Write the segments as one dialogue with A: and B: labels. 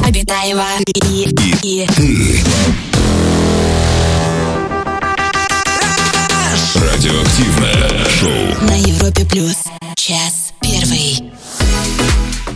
A: Романова и, и, и
B: Радиоактивное шоу.
A: на Европе плюс час первый.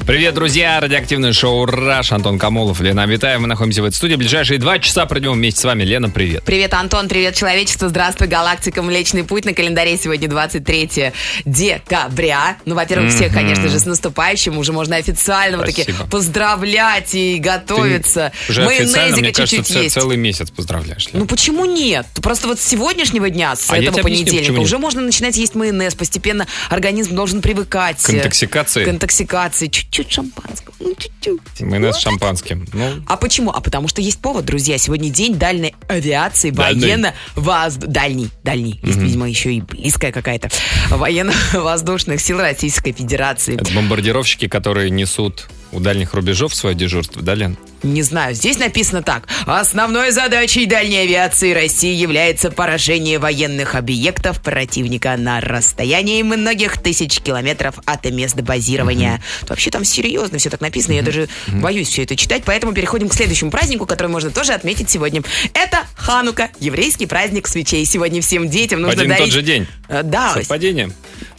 C: Привет, друзья! Радиоактивное шоу «Раш». Антон Камолов, Лена Абитаева. Мы находимся в этой студии. Ближайшие два часа пройдем вместе с вами. Лена, привет.
D: Привет, Антон, привет, человечество. Здравствуй, галактика Млечный Путь. На календаре сегодня 23 декабря. Ну, во-первых, всех, конечно же, с наступающим. Уже можно официально вот таки
C: Спасибо.
D: поздравлять и готовиться.
C: Уже официально, мне
D: Майонезика
C: кажется,
D: чуть-чуть
C: ц-
D: есть.
C: целый месяц поздравляешь. Лена.
D: Ну почему нет? Просто вот с сегодняшнего дня, с
C: А я
D: этого
C: тебе объясню,
D: понедельника,
C: почему
D: уже
C: нет.
D: можно начинать есть майонез. Постепенно организм должен привыкать.
C: К интоксикации?
D: К интоксикации. Чуть-чуть шампанского. Ну, чуть-чуть.
C: Майонез с шампанским. Ну,
D: А почему? А потому что есть повод, друзья. Сегодня день дальней авиации,
C: Дальней.
D: военно воз Дальний, дальний. Есть, видимо, еще и близкая какая-то. Военно-воздушных сил Российской Федерации.
C: это бомбардировщики, которые несут у дальних рубежов свое дежурство, да, Лен?
D: Не знаю, здесь написано так. Основной задачей дальней авиации России является поражение военных объектов противника на расстоянии многих тысяч километров от места базирования. Вообще там серьезно все так написано, я даже боюсь все это читать, поэтому переходим к следующему празднику, который можно тоже отметить сегодня. Это Ханука, еврейский праздник свечей. Сегодня всем детям
C: В
D: нужно
C: один и
D: дарить...
C: тот же день.
D: Э, Да,
C: Совпадение.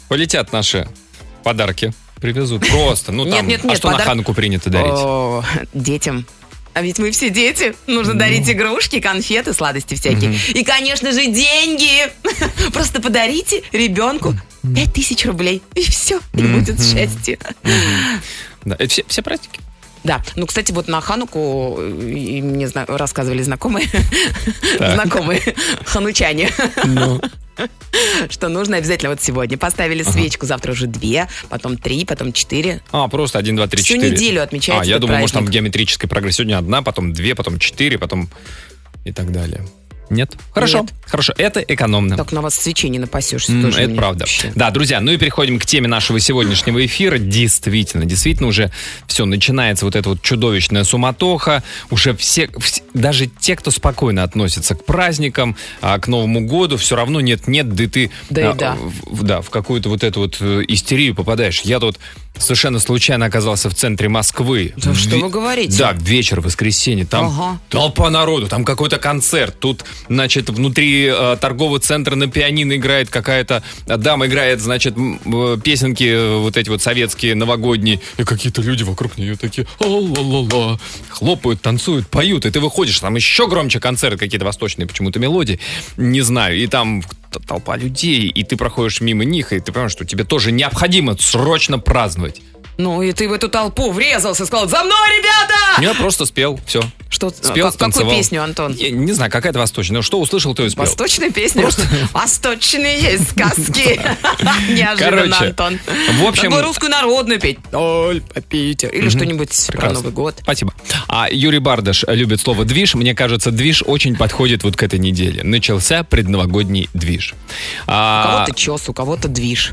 C: Полетят наши подарки. Привезут просто. Ну, там,
D: Нет, нет, нет,
C: а что на
D: подарок-
C: Ханку принято дарить?
D: О, детям. А ведь мы все дети. Нужно
C: Ну.
D: дарить игрушки, конфеты, сладости всякие. И, конечно же, деньги. Просто подарите ребенку 5000 рублей. И все. И будет счастье.
C: Да, это все, все праздники.
D: Да. Ну, кстати, вот на Хануку, э, и мне зна- рассказывали знакомые,
C: Так.
D: знакомые ханучане,
C: Ну,
D: что нужно обязательно вот сегодня. Поставили свечку, завтра уже две, потом три, потом четыре.
C: А, просто 1, 2, 3,
D: Всю
C: 4.
D: неделю отмечается
C: А, я
D: этот
C: думаю, может, там в
D: праздник.
C: геометрической прогрессии. Сегодня одна, потом две, потом четыре, потом и так далее. Нет? Хорошо,
D: Нет.
C: хорошо. Это экономно.
D: Так на вас свечей не напасешься.
C: М,
D: тоже
C: Это
D: мне
C: правда.
D: вообще.
C: Да, друзья, ну и переходим к теме нашего сегодняшнего эфира. Действительно, действительно уже все, начинается вот эта вот чудовищная суматоха. Уже все, вс- даже те, кто спокойно относится к праздникам, а, к Новому году, все равно нет-нет, да и ты
D: Да и
C: а,
D: да.
C: в- в- да, в какую-то вот эту вот э, истерию попадаешь. Я тут совершенно случайно оказался в центре Москвы.
D: Да что
C: Ве-
D: вы говорите?
C: Да, вечер, воскресенье, там
D: Ага.
C: толпа народу, там какой-то концерт, тут, значит, внутри э, торгового центра на пианино играет какая-то э, дама, играет, значит, м, э, песенки э, вот эти вот советские, новогодние, и какие-то люди вокруг нее такие, «О-ла-ла-ла», хлопают, танцуют, поют, и ты выходишь, там еще громче концерт, какие-то восточные почему-то мелодии, не знаю, и там т- толпа людей, и ты проходишь мимо них, и ты понимаешь, что тебе тоже необходимо срочно праздновать.
D: Ну, и ты в эту толпу врезался, сказал, за мной, ребята!
C: Я просто спел, все.
D: Что,
C: Спел,
D: как- какую
C: танцевал.
D: песню, Антон?
C: Я не знаю, какая-то восточная. Ну, Что услышал, то и спел.
D: Восточная песня? Восточные сказки. Неожиданно,
C: Короче,
D: Антон.
C: в общем-
D: Надо было русскую народную петь. Оль, по Питеру. Или что-нибудь про
C: Прекрасно.
D: Новый год.
C: Спасибо. А Юрий Бардаш любит слово «движ». Мне кажется, «движ» очень подходит вот к этой неделе. Начался предновогодний движ.
D: У
C: А,
D: кого-то чес, у кого-то движ.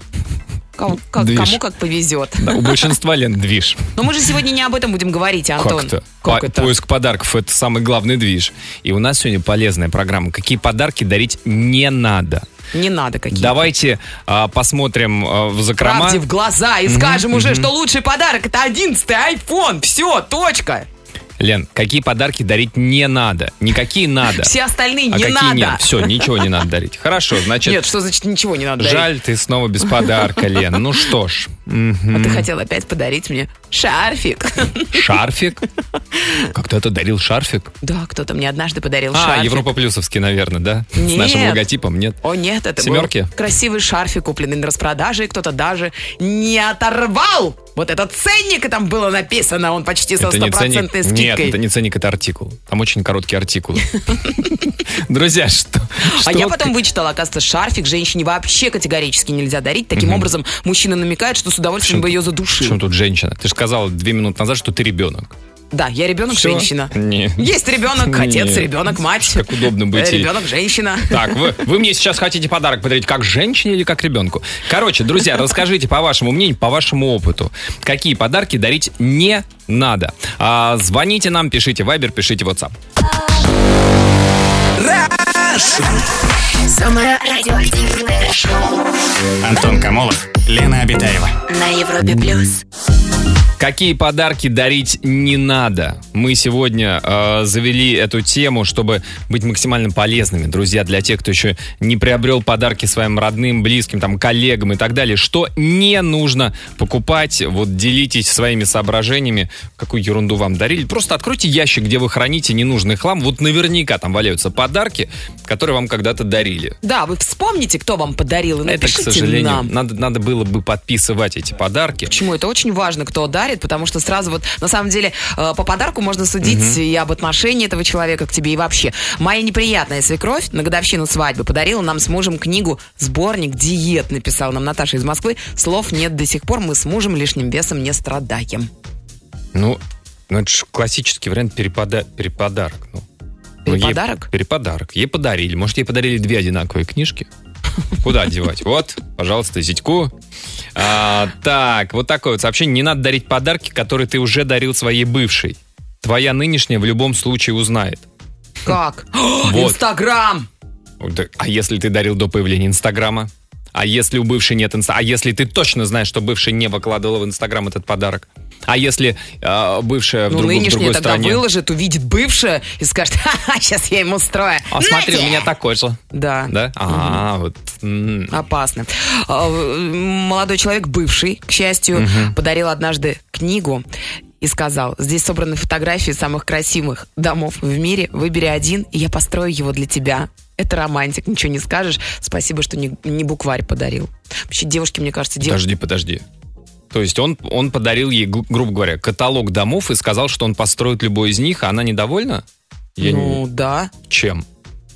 D: Кому как,
C: Движ.
D: кому как повезет.
C: да, у большинства лен движ.
D: Но мы же сегодня не об этом будем говорить, Антон.
C: Как-то.
D: Как
C: По-
D: это?
C: Поиск подарков – это самый главный движ. И у нас сегодня полезная программа. Какие подарки дарить не надо?
D: Не надо какие-то.
C: Давайте а, посмотрим а, в закрома.
D: Правде в глаза и скажем уже, что лучший подарок это 11 iPhone. Все, точка.
C: Лен, какие подарки дарить не надо? Никакие надо.
D: Все остальные
C: а
D: не
C: какие
D: надо.
C: нет? Все, ничего не надо дарить. Хорошо, значит,
D: Нет, что значит ничего не надо дарить?
C: жаль, ты снова без подарка, Лен. Ну что ж,
D: А ты хотел опять подарить мне шарфик.
C: шарфик. Как-то это дарил шарфик?
D: Да, кто-то мне однажды подарил
C: А,
D: шарфик.
C: Европа Плюсовский, наверное, да? С
D: Нет.
C: нашим логотипом, нет?
D: О нет, это был
C: Семерки?
D: красивый шарфик, купленный на распродаже, и кто-то даже не оторвал. Вот этот ценник, и там было написано, он почти со
C: Это не ценник.
D: стопроцентной
C: Нет,
D: скидкой.
C: это не ценник, это артикул. Там очень короткие артикулы. Друзья, что?
D: А
C: что-
D: я потом вычитала, оказывается, шарфик женщине вообще категорически нельзя дарить. Таким образом, мужчина намекает, что с удовольствием бы ее задушил.
C: Почему тут женщина? Ты же сказала две минуты назад, что ты ребенок.
D: Да, я ребенок,
C: Всё?
D: женщина.
C: Нет.
D: Есть ребенок, отец,
C: Нет.
D: ребенок, мать.
C: Как удобно быть и-
D: Ребенок, женщина.
C: Так, вы, вы мне сейчас хотите подарок подарить как женщине или как ребенку? Короче, друзья, расскажите по вашему мнению, по вашему опыту, какие подарки дарить не надо. А, звоните нам, пишите Viber, пишите WhatsApp.
A: Самое радиоактивное шоу
E: Антон Камолов, Лена Обитаева.
A: на Европе плюс.
C: Какие подарки дарить не надо? Мы сегодня э, завели эту тему, чтобы быть максимально полезными, друзья, для тех, кто еще не приобрел подарки своим родным, близким, там, коллегам и так далее. Что не нужно покупать? Вот делитесь своими соображениями, какую ерунду вам дарили. Просто откройте ящик, где вы храните ненужный хлам. Вот наверняка там валяются подарки, которые вам когда-то дарили.
D: Да, вы вспомните, кто вам подарил, и
C: Это, к
D: напишите
C: сожалению,
D: нам.
C: надо, надо было бы подписывать эти подарки.
D: Почему? Это очень важно, кто дарит, потому что сразу вот, на самом деле, э, по подарку можно судить и об отношении этого человека к тебе, и вообще. Моя неприятная свекровь на годовщину свадьбы подарила нам с мужем книгу «Сборник диет», написала нам Наташа из Москвы. Слов нет до сих пор, мы с мужем лишним весом не страдаем.
C: Ну, ну это же классический вариант перепода- переподарок. Ну. Ну, ей-
D: Переподарок?
C: переподарок. Ей подарили. Может, ей подарили две одинаковые книжки? Куда девать? Вот, пожалуйста, зятьку. А, так, вот такое вот сообщение. Не надо дарить подарки, которые ты уже дарил своей бывшей. Твоя нынешняя в любом случае узнает.
D: Как?
C: Вот.
D: Инстаграм!
C: Ой, да, А если ты дарил до появления Инстаграма? А если у бывшей нет инста... А если ты точно знаешь, что бывшая не выкладывала в Инстаграм этот подарок? А если э, бывшая
D: Ну,
C: в, другой- в
D: нынешняя
C: другой
D: тогда
C: стране?
D: выложит, увидит бывшая и скажет, ха-ха, сейчас я ему устрою.
C: А смотри, у
D: Нате!»
C: меня такой же.
D: Да.
C: Да? А, вот. м.
D: Опасно. А, э, Молодой человек, бывший, к счастью, подарил однажды книгу и сказал, здесь собраны фотографии самых красивых домов в мире, выбери один, и я построю его для тебя. Это романтик, ничего не скажешь. Спасибо, что не, не букварь подарил. Вообще, девушки, мне кажется,
C: Подожди,
D: девушки...
C: подожди. То есть он, он подарил ей, гру- грубо говоря, каталог домов и сказал, что он построит любой из них, а она недовольна? Я не-
D: Ну, да.
C: Чем?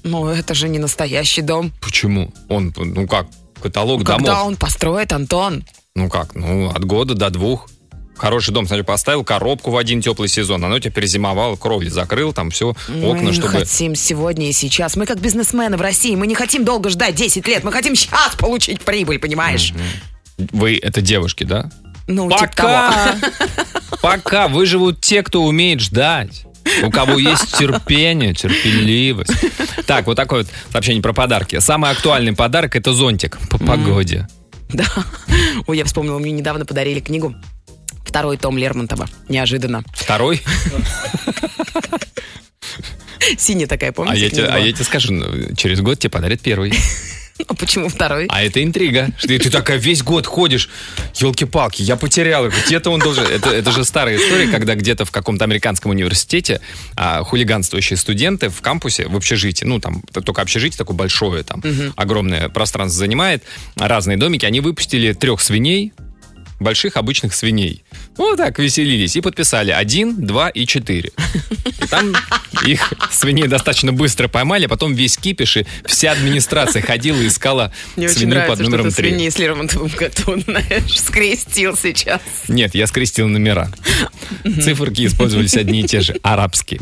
D: Ну, это же не настоящий дом.
C: Почему? Он, ну как, каталог
D: Когда
C: домов.
D: он построит, Антон?
C: Ну как, ну от года до двух. Хороший дом, сначала поставил коробку в один теплый сезон, оно тебя перезимовало, кровли закрыл, там все, окна,
D: мы
C: чтобы...
D: хотим сегодня и сейчас. Мы как бизнесмены в России, мы не хотим долго ждать 10 лет. Мы хотим сейчас получить прибыль, понимаешь?
C: Вы, это девушки, да?
D: Ну, типа того.
C: Пока! Пока выживут те, кто умеет ждать. У кого есть терпение, терпеливость. Так, вот такое вот сообщение про подарки. Самый актуальный подарок это зонтик по погоде.
D: Да. Ой, я вспомнила, мне недавно подарили книгу. Второй том Лермонтова. Неожиданно.
C: Второй.
D: Синяя такая, помните?
C: А я, тебе,
D: книга
C: а
D: была?
C: я тебе скажу, ну, через год тебе подарят первый.
D: А почему второй?
C: А это интрига. Что ты, ты такая весь год ходишь. Елки-палки, я потерял их. Где-то он должен... Это, это же старая история, когда где-то в каком-то американском университете а, хулиганствующие студенты в кампусе, в общежитии, ну там т- только общежитие такое большое, там огромное пространство занимает, разные домики, они выпустили трех свиней, больших обычных свиней. Вот так веселились и подписали 1, 2 и 4. И там их свиней достаточно быстро поймали, а потом весь кипиш и вся администрация ходила и искала
D: Мне очень
C: свинью
D: нравится,
C: под номером
D: что ты
C: 3.
D: свиньи с Лермонтовым коту, знаешь, скрестил сейчас.
C: Нет, я скрестил номера. Циферки использовались одни и те же, арабские.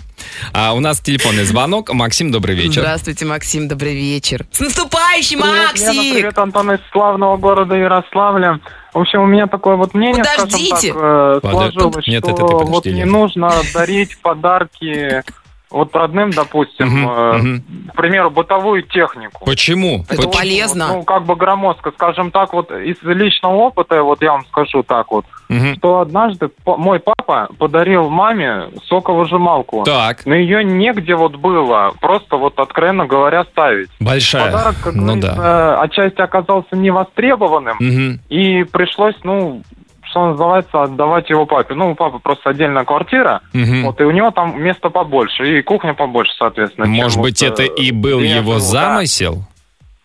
C: А у нас телефонный звонок. Максим, добрый вечер.
D: Здравствуйте, Максим, добрый вечер. С наступающим, Максик!
B: Привет, Лена, привет, Антон из славного города Ярославля. В общем, у меня такое вот мнение, скажем
D: Подождите.
B: так, э,
C: Подо-
B: сложилось,
C: Нет,
B: что
C: это ты подожди,
B: вот не
C: Лена.
B: нужно дарить подарки вот родным, допустим,
C: Мгм,
B: э,
C: мгм.
B: к примеру, бытовую технику.
C: Почему?
D: Это
C: Поч-
D: полезно.
B: Ну, как бы громоздко, скажем так, вот из личного опыта, вот я вам скажу так вот,
C: Мгм.
B: что однажды па- мой папа подарил маме соковыжималку.
C: Так,
B: Но ее негде вот было, просто вот откровенно говоря ставить.
C: большая.
B: Подарок, как
C: Ну
B: говорится,
C: да.
B: отчасти оказался невостребованным,
C: Мгм.
B: и пришлось, ну, что называется, отдавать его папе. Ну, у папы просто отдельная квартира,
C: Мгм.
B: вот, и у него там место побольше, и кухня побольше, соответственно. чем
C: Может
B: вот,
C: быть,
B: э,
C: это и был
B: где я
C: его
B: живу, да.
C: замысел?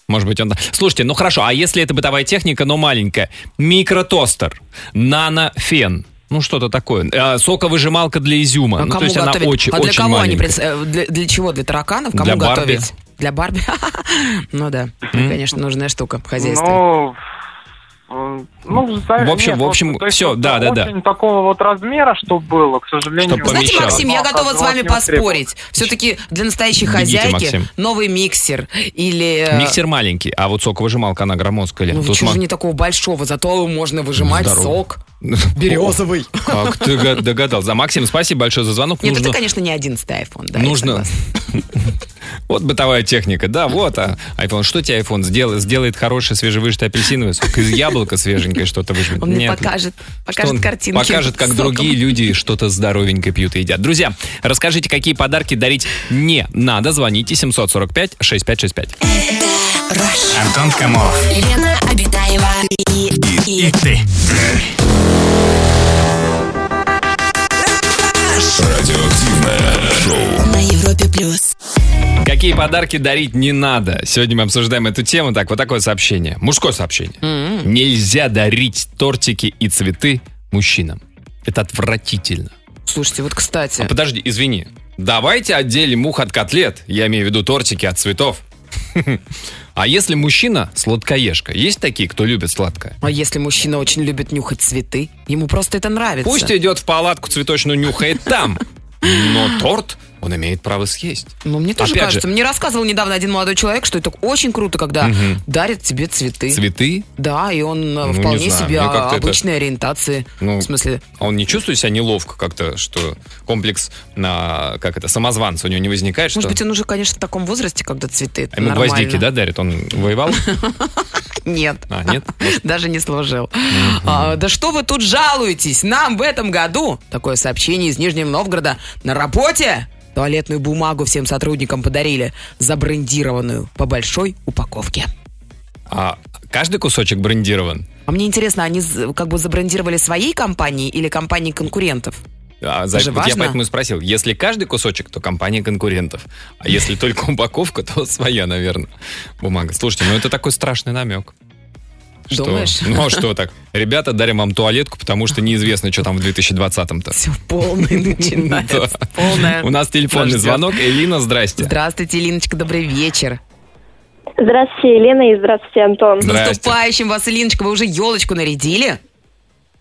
C: Может быть, он... Слушайте, ну хорошо, а если это бытовая техника, но маленькая? Микротостер, нанофен, ну что-то такое. Э, соковыжималка для изюма.
D: А
C: ну,
D: кому
C: то есть
D: готовить?
C: она очень,
D: а для
C: очень
D: кого они
C: маленькая.
D: прис- э, для, для чего? Для тараканов? Кому
C: Для Барби.
D: готовить? Для Барби? Ну да, конечно, нужная штука в хозяйстве.
B: Ну, э, ну, за-
C: В общем,
B: нет,
C: в общем,
B: вот, то есть
C: всё,
B: это
C: да, да, да.
B: Очень такого вот размера, что было, к сожалению.
C: Чтоб
D: Знаете,
C: помещалось.
D: Максим, я
B: оно
D: готова с вами
B: оказалось невостребованным.
D: поспорить. Все-таки для настоящей
C: Бегите,
D: хозяйки
C: Максим.
D: новый миксер или... э,
C: Миксер маленький, а вот соковыжималка, она громоздкая. Лен.
D: Ну,
C: Тут
D: чего
C: ма-
D: же не такого большого, зато можно выжимать
C: Здорово.
D: сок.
E: Березовый.
C: Как ты га- догадался? А, Максим, спасибо большое за звонок.
D: Нет,
C: Нужно-
D: это, конечно, не 11 iPhone, да, я
C: Нужно...
D: согласна.
C: Вот бытовая техника. Да, вот а, iPhone. Что тебе iPhone сдел- сделает хороший свежевыжатый апельсиновый сок? Из яблока свеженькое что-то выжмет.
D: Он мне
C: Нет. ну,
D: покажет,
C: Что
D: покажет
C: он
D: картинки.
C: Покажет, как
D: с соком.
C: другие люди что-то здоровенько пьют и едят. Друзья, расскажите, какие подарки дарить не надо. Звоните 745-6565.
A: Rush.
F: Антон Камолов.
A: Лена Обитаева и, и,
F: И ты.
G: Радиоактивное шоу.
A: на Европе плюс.
C: Какие подарки дарить не надо? Сегодня мы обсуждаем эту тему. Так, вот такое сообщение. Мужское сообщение.
D: М-м.
C: Нельзя дарить тортики и цветы мужчинам. Это отвратительно.
D: Слушайте, вот кстати.
C: А подожди, извини. Давайте отделим мух от котлет. Я имею в виду тортики от цветов. А если мужчина сладкоежка? Есть такие, кто любит сладкое?
D: А если мужчина очень любит нюхать цветы, ему просто это нравится.
C: Пусть идет в палатку цветочную нюхает там. Но торт он имеет право съесть.
D: Ну, мне тоже
C: Опять
D: кажется.
C: же.
D: Мне рассказывал недавно один молодой человек, что это очень круто, когда
C: Мгм.
D: дарят тебе цветы.
C: Цветы?
D: Да, и он э,
C: Ну, не
D: вполне
C: знаю,
D: себе
C: мне как-то это-
D: обычной ориентации.
C: Ну,
D: в смысле,
C: А он не чувствует себя неловко как-то, что комплекс на, как это, самозванца у него не возникает, что...
D: может быть, он уже, конечно, в таком возрасте, когда цветы. это
C: А Ему
D: нормально.
C: гвоздики, да, дарят? Он воевал?
D: Нет.
C: А, нет?
D: Даже не служил. А, да что вы тут жалуетесь? Нам в этом году такое сообщение из Нижнего Новгорода на работе туалетную бумагу всем сотрудникам подарили, забрендированную по большой упаковке.
C: А каждый кусочек брендирован?
D: А мне интересно, они з- как бы забрендировали своей компании или компании конкурентов?
C: А, за-
D: Это же
C: вот я
D: важно.
C: поэтому и спросил. Если каждый кусочек, то компания конкурентов. А если только упаковка, то своя, наверное, бумага. Слушайте, ну это такой страшный намек. Что-
D: Думаешь?
C: Ну а что так? Ребята, дарим вам туалетку, потому что неизвестно, что там в 2020-то.
D: Все полный начинается.
C: Да.
D: Полное.
C: У нас телефонный
D: Нас ждет.
C: звонок. Элина, здрасте.
D: Здравствуйте, Илиночка, добрый вечер.
H: Здравствуйте, Елена, и здравствуйте, Антон.
C: Да.
D: С
C: Здрасте.
D: наступающим вас, Илиночка, вы уже елочку нарядили?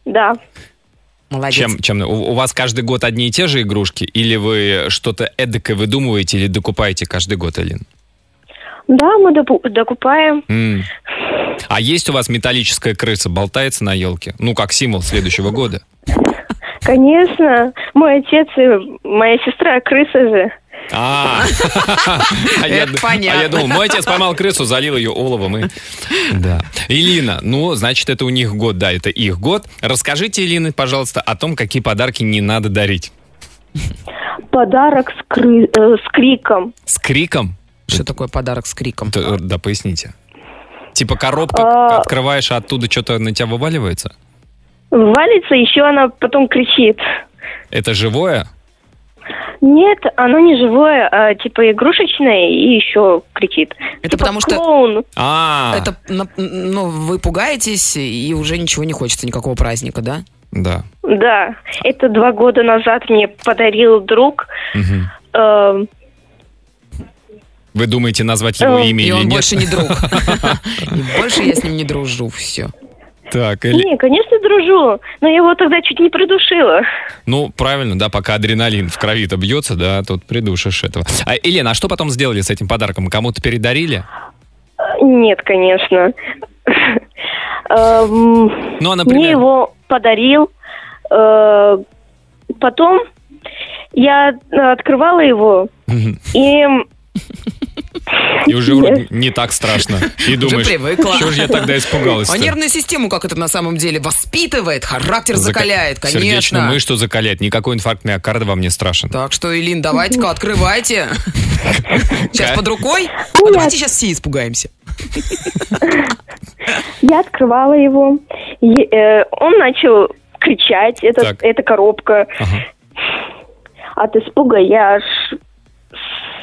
H: Да.
D: Молодец.
C: Чем, чем у, у вас каждый год одни и те же игрушки, или вы что-то эдакое выдумываете или докупаете каждый год, Элин?
H: Да, мы допу- докупаем.
C: М. А есть у вас металлическая крыса, болтается на елке? Ну, как символ следующего года.
H: Конечно, мой отец и моя сестра крыса же.
C: А, а я,
D: Это понятно.
C: а я думал, мой отец поймал крысу, залил ее оловом и... Да. Илина, ну, значит, это у них год, да, это их год. Расскажите, Илина, пожалуйста, о том, какие подарки не надо дарить.
H: Подарок с, кры- э, с криком.
C: С криком?
D: Что такое подарок с криком?
C: Т- э, Да, поясните. Типа коробка,
H: А.
C: открываешь, а оттуда что-то на тебя вываливается?
H: Валится, еще она потом кричит.
C: Это живое?
H: Нет, оно не живое, а типа игрушечное и еще кричит.
D: Это
H: Типа
D: потому что-
H: клоун.
C: А,
D: Это, на- ну, вы пугаетесь, и уже ничего не хочется, никакого праздника, да?
C: да.
H: Да, это два года назад мне подарил друг.
C: Мгм.
H: Эм,
C: Вы думаете назвать его
H: Э,
C: имя
D: и
C: или
D: он
C: нет?
D: больше не друг. И больше я с ним не дружу, все.
C: Так, или...
H: Не, конечно, дружу, но я его тогда чуть не придушила.
C: Ну, правильно, да, пока адреналин в крови-то бьется, да, тут придушишь этого. А, Елена, а что потом сделали с этим подарком? Кому-то передарили?
H: Нет, конечно. Эм,
C: Ну, а, например...
H: Мне его подарил. э, Потом я э, открывала его,
C: Мгм.
H: и
C: И уже вроде не так страшно. И думаешь,
D: привыкла.
C: чего же я тогда испугалась
D: А нервную систему, как это на самом деле, воспитывает, характер закаляет,
C: Сердечную
D: конечно.
C: мышцу закаляет. Никакой инфаркт миокарда вам не страшен.
D: Так что, Илин, давайте-ка открывайте. Сейчас
C: Ка-
D: под рукой. А давайте сейчас все испугаемся.
H: я открывала его. Е- э, Он начал кричать, это,
C: Так.
H: эта коробка.
C: Ага.
H: От испуга я аж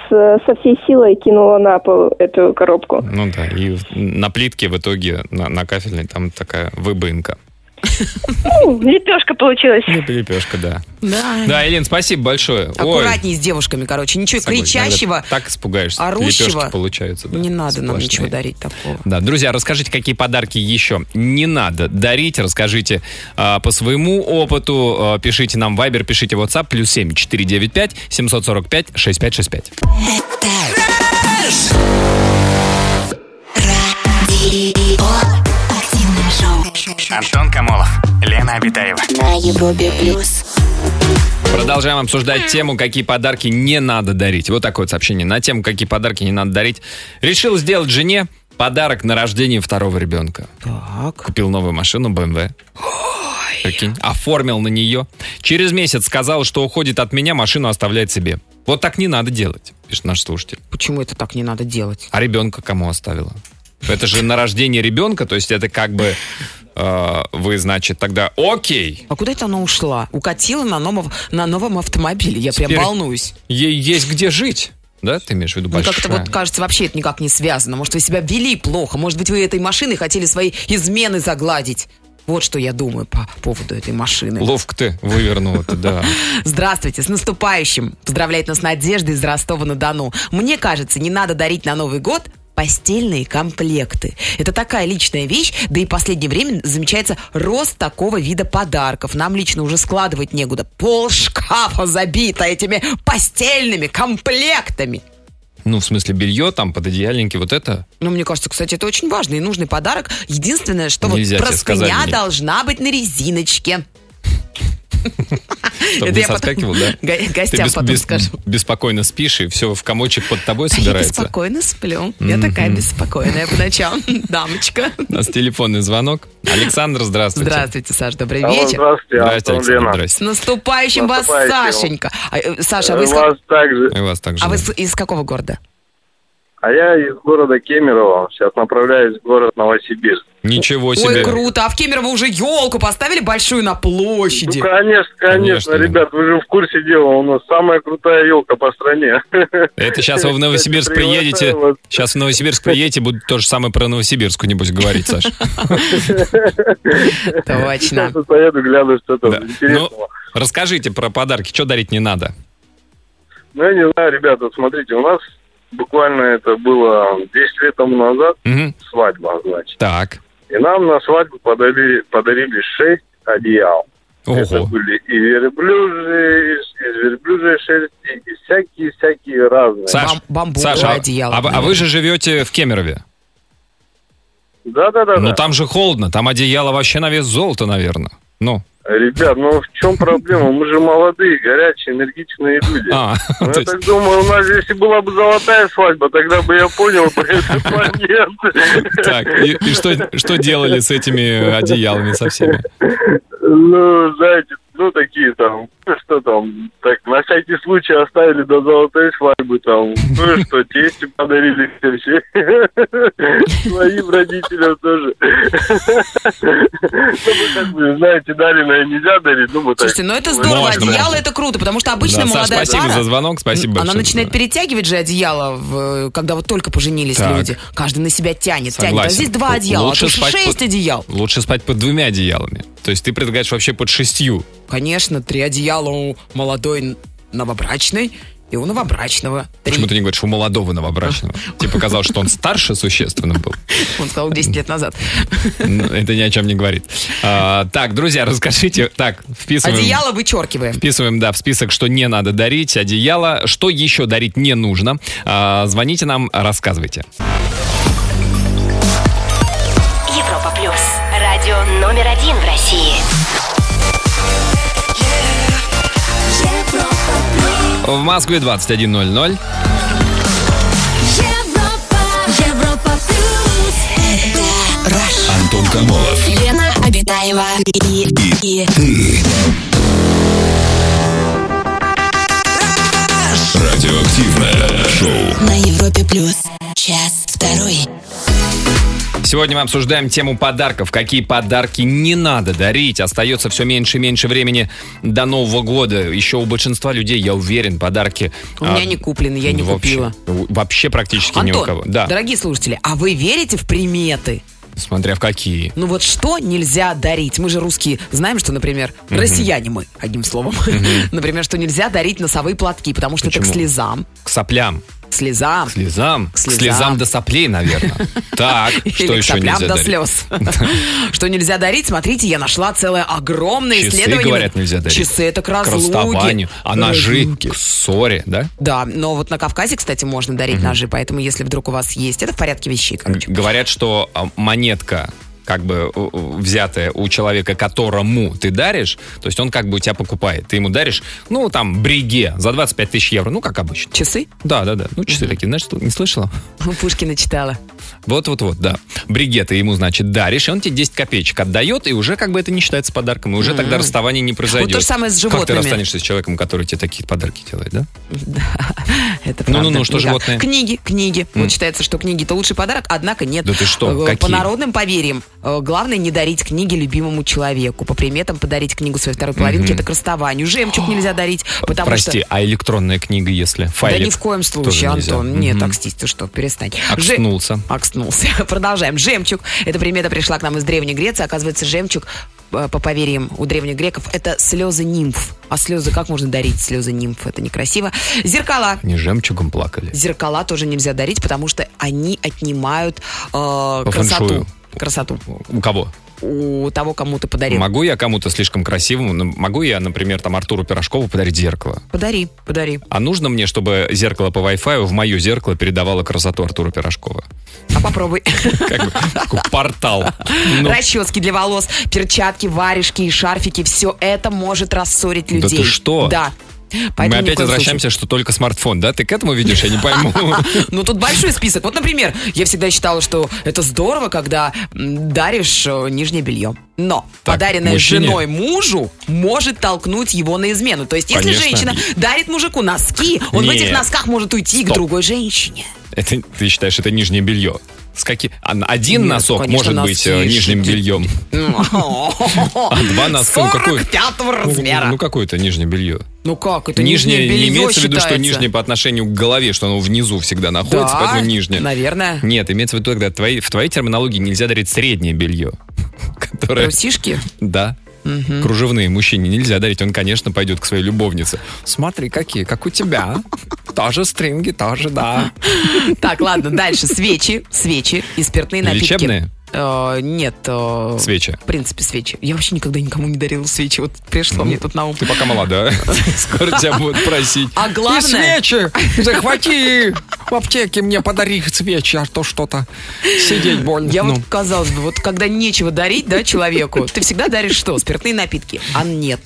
H: с- со всей силой кинула на пол эту коробку.
C: Ну да, и в- на плитке в итоге, на, на кафельной, там такая выбынка.
H: Ну, Лепешка получилась.
C: Лепешка, да. Да, Елена, спасибо большое. Ой,
D: Аккуратней с девушками, короче. Ничего
C: согласен,
D: кричащего
C: иногда Так испугаешься.
D: орущего
C: Лепешки получаются. да,
D: не надо нам
C: сплошные.
D: ничего дарить такого.
C: Да, друзья, расскажите, какие подарки еще не надо дарить. Расскажите а, по своему опыту. А, пишите нам Viber, пишите WhatsApp. Плюс 7 495 745 6565.
A: Радио. Активное шоу.
F: Антон Камолов.
E: Лена Обитаева.
A: на Европе плюс.
C: Продолжаем обсуждать тему, какие подарки не надо дарить. Вот такое вот сообщение. На тему, какие подарки не надо дарить. Решил сделать жене подарок на рождение второго ребенка.
D: Так.
C: Купил новую машину BMW. Прикинь, Оформил на нее. Через месяц сказал, что уходит от меня, машину оставляет себе. Вот так не надо делать, пишет наш слушатель.
D: Почему это так не надо делать?
C: А ребенка кому оставила? Это же на рождение ребенка, то есть это как бы э, вы, значит, тогда окей,
D: А куда это она ушла? Укатила на новом, на новом автомобиле. Я прям
C: Теперь-
D: волнуюсь.
C: ей есть где жить. Да, ты имеешь в виду
D: Ну,
C: большая?
D: как-то вот кажется, вообще это никак не связано. Может, вы себя вели плохо. Может быть, вы этой машиной хотели свои измены загладить. Вот что я думаю по поводу этой машины.
C: Ловко ты вывернула ты, да.
D: Здравствуйте, с наступающим! Поздравляет нас Надежда из Ростова-на-Дону. Мне кажется, не надо дарить на Новый год постельные комплекты. Это такая личная вещь, да и в последнее время замечается рост такого вида подарков. Нам лично уже складывать некуда. Пол шкафа забито этими постельными комплектами.
C: Ну, в смысле, белье там, пододеяльники, вот это.
D: Ну, мне кажется, кстати, это очень важный и нужный подарок. Единственное, что вот
C: Нельзя тебе сказать,
D: простыня
C: Дмитрий.
D: должна быть на резиночке.
C: Чтобы
D: Это
C: не
D: я потом
C: соскакивал, да?
D: го-
C: Ты
D: гостям
C: бес-
D: потом
C: бес-
D: скажу.
C: беспокойно спишь, и все в комочек под тобой
D: Да я
C: собирается.
D: беспокойно сплю. Я такая беспокойная по ночам. Дамочка.
C: У нас телефонный звонок. Александр, здравствуйте.
D: Здравствуйте, Саш, добрый
B: Алло,
D: вечер.
B: Здравствуйте,
C: Здрасте,
B: Антон
C: Александр,
B: Лена.
D: С
C: здрасте.
D: наступающим вас,
B: Наступающим.
D: Сашенька. А, э, Саша, а вы,
B: У
D: из, как-
B: вас также.
C: И вас также.
D: а вы из- из какого города?
B: А я из города Кемерово. Сейчас направляюсь в город Новосибирск.
C: Ничего
D: Ой,
C: себе.
D: круто. А в Кемерово уже елку поставили большую на площади.
B: Ну, конечно,
C: Конечно,
B: конечно,
C: Лена.
B: ребят, вы же в курсе дела. У нас самая крутая елка по стране.
C: Это сейчас вы в Новосибирск
B: Кстати,
C: приедете.
B: превратилась.
C: Сейчас в Новосибирск приедете, будут то же самое про Новосибирск, небось, говорить, Саш.
D: Точно.
B: Сейчас я поеду, гляну, что там
C: Да.
B: интересного.
C: Ну, расскажите про подарки. Что дарить не надо?
B: Ну, я не знаю, ребята, смотрите, у нас буквально это было 10 лет тому назад,
C: Мгм.
B: свадьба, значит.
C: Так.
B: И нам на свадьбу подарили, подарили 6 одеял. Это
C: Ого.
B: были и верблюжьи, из верблюжьей шерсти, и всякие-всякие разные.
C: Саш,
D: Бам- бамбуковое
C: Саша, а-
D: одеяло,
C: а вы- а вы же живете в Кемерове?
B: Да-да-да.
C: Ну там же холодно, там одеяло вообще на вес золота, наверное. Ну,
B: Ребят, ну в чем проблема? Мы же молодые, горячие, энергичные люди.
C: а,
B: Ну,
C: то
B: я
C: есть,
B: так думаю, у нас если была бы золотая свадьба, тогда бы я понял, почему нет.
C: так, и, и что, что делали с этими одеялами со всеми?
B: Ну, знаете, ну такие там, ну, что там, так, на всякий случай оставили до золотой свадьбы там, ну и что, тести подарили все, все. своим родителям тоже. Ну, мы как бы, знаете, дареное нельзя дарить, ну, мы так.
D: Слушайте, ну это здорово,
C: Можно,
D: одеяло
C: можно.
D: это круто, потому что обычно
C: Да, Саш,
D: молодая
C: спасибо
D: пара,
C: за звонок, спасибо большое.
D: Она начинает перетягивать же одеяло, в, э, когда вот только поженились
C: Так.
D: люди. Каждый на себя тянет, тянет. А
C: Согласен.
D: здесь два одеяла,
C: Лучше
D: а тут
C: спать
D: шесть
C: под-
D: одеял.
C: Лучше спать под двумя одеялами. То есть ты предлагаешь вообще под шестью.
D: Конечно, три одеяла у молодой новобрачной и у новобрачного. Три.
C: Почему ты не говоришь у молодого новобрачного? Тебе показалось, что он старше существенно был.
D: Он сказал 10 лет назад.
C: Ну, Это ни о чем не говорит. А, так, друзья, расскажите. Так, вписываем.
D: Одеяло вычеркиваем.
C: Вписываем, да, в список, что не надо дарить, одеяло. Что еще дарить не нужно? А, звоните нам, рассказывайте.
F: Европа плюс. Радио номер один в России.
C: В Москве 21.00.
F: Европа плюс.
A: Это Rush.
G: Антон Камолов.
A: Лена Обитаева и, и,
G: Радиоактивное шоу.
A: на Европе плюс. Час второй.
C: Сегодня мы обсуждаем тему подарков. Какие подарки не надо дарить? Остается все меньше и меньше времени до Нового года. Еще у большинства людей, я уверен, подарки...
D: У
C: а,
D: меня не куплено, я не
C: вообще-
D: купила.
C: в- Вообще практически ни у кого.
D: Антон,
C: Да,
D: дорогие слушатели, а вы верите в приметы?
C: смотря в какие.
D: Ну вот что нельзя дарить? Мы же русские знаем, что, например, россияне мы, одним словом. Например, что нельзя дарить носовые платки, потому что это к
C: Почему?
D: слезам.
C: К соплям.
D: К слезам.
C: К слезам. К
D: слезам.
C: слезам до соплей, наверное. Так, что
D: Или к
C: еще
D: соплям
C: нельзя
D: до
C: дарить?
D: слез. Что нельзя дарить? Смотрите, я нашла целое огромное
C: Часы,
D: исследование.
C: говорят, нельзя дарить.
D: Часы это к
C: К
D: разлуке.
C: расставанию. А ножи
D: Разлуке.
C: к ссоре, да?
D: Да, но вот на Кавказе, кстати, можно дарить ножи, поэтому если вдруг у вас есть, это в порядке вещей. короче.
C: Говорят, что а, монетка как бы э, э, взятое у человека, которому ты даришь, то есть он как бы у тебя покупает. Ты ему даришь, ну, там, бриге за 25 тысяч евро, ну, как обычно.
D: Часы?
C: Да, да, да. Ну, часы такие, знаешь, не слышала?
D: У Пушкина читала.
C: Вот-вот-вот, да. Бриге ты ему, значит, даришь, и он тебе 10 копеечек отдает, и уже как бы это не считается подарком, и уже тогда расставание не произойдет.
D: Вот то же самое с
C: Как ты
D: животными.
C: расстанешься с человеком, который тебе такие подарки делает, да?
D: Да, это правда.
C: Ну-ну-ну, Ну, что
D: Никак.
C: животные?
D: Книги, книги.
C: М.
D: Вот считается, что книги это лучший подарок, однако нет.
C: Да ты что,
D: Э, По
C: какие?
D: народным поверьям, э, главное не дарить книги любимому человеку. По приметам подарить книгу своей второй половинке это к расставанию. Жемчуг нельзя дарить, потому что...
C: Прости, а электронная книга, если файлик?
D: Да ни в коем
C: тоже
D: случае,
C: нельзя.
D: Антон. Нет,
C: Мгм.
D: акстись, ты что, перестань. Же-
C: Акснулся.
D: Акснулся. Продолжаем. Жемчуг. Эта примета пришла к нам из Древней Греции. Оказывается, жемчуг, э, по поверьям у древних греков, это слезы нимф. А слезы, как можно дарить слезы нимф? Это некрасиво. Зеркала.
C: Они жемчугом плакали.
D: Зеркала тоже нельзя дарить, потому что они отнимают э,
C: фэншую.
D: красоту. Красоту
C: У кого?
D: у того, кому ты подарил.
C: Могу я кому-то слишком красивому, ну, могу я, например, там Артуру Пирожкову подарить зеркало?
D: Подари, подари.
C: А нужно мне, чтобы зеркало по Wi-Fi в мое зеркало передавало красоту Артура Пирожкова?
D: А попробуй.
C: Как бы такой портал. Ну,
D: Расчески для волос, перчатки, варежки и шарфики. Все это может рассорить
C: Да
D: людей.
C: ты что?
D: Да.
C: Мы
D: ни в
C: опять
D: коем
C: возвращаемся, что только смартфон, да? Ты к этому видишь? Я не пойму.
D: случае. Ну, тут большой список. Вот, например, я всегда считала, что это здорово, когда м, даришь э, нижнее белье. Но
C: Так,
D: подаренное
C: мужчине.
D: женой мужу может толкнуть его на измену. То есть, если
C: Конечно.
D: женщина дарит мужику носки, он в
C: Нет.
D: этих носках может уйти к
C: Стоп.
D: другой женщине.
C: Это, ты считаешь, это нижнее белье? С каки- а Один
D: Нет,
C: носок
D: конечно,
C: может быть э,
D: носки.
C: нижним бельем, а два носка... ну, какой-
D: 45
C: Ну,
D: размера.
C: Ну, какое-то нижнее белье?
D: Ну как, это
C: Нижнее,
D: нижнее белье
C: не имеется в виду, что
D: считается.
C: нижнее по отношению к голове, что оно внизу всегда находится,
D: Да,
C: поэтому нижнее.
D: наверное.
C: Нет, имеется в виду, когда твои- в твоей терминологии нельзя дарить среднее белье, которое...
D: Трусишки?
C: Да. Кружевные мужчине нельзя дарить, он, конечно, пойдет к своей любовнице. Смотри, какие, как у тебя. а? Тоже стринги, тоже, да.
D: Так, ладно, дальше. Свечи, свечи и спиртные напитки.
C: Лечебные?
D: Э, нет. э,
C: Свечи.
D: В принципе, свечи. Я вообще никогда никому не дарила свечи. Вот пришло мне тут на ум.
C: Ты пока молодая. Скоро тебя будут просить.
D: А главное-
C: И свечи! Захвати! В аптеке мне подари свечи, а то что-то сидеть больно.
D: Я
C: Ну.
D: вот, казалось бы, вот когда нечего дарить, да, человеку, ты всегда даришь что? Спиртные напитки. А нет.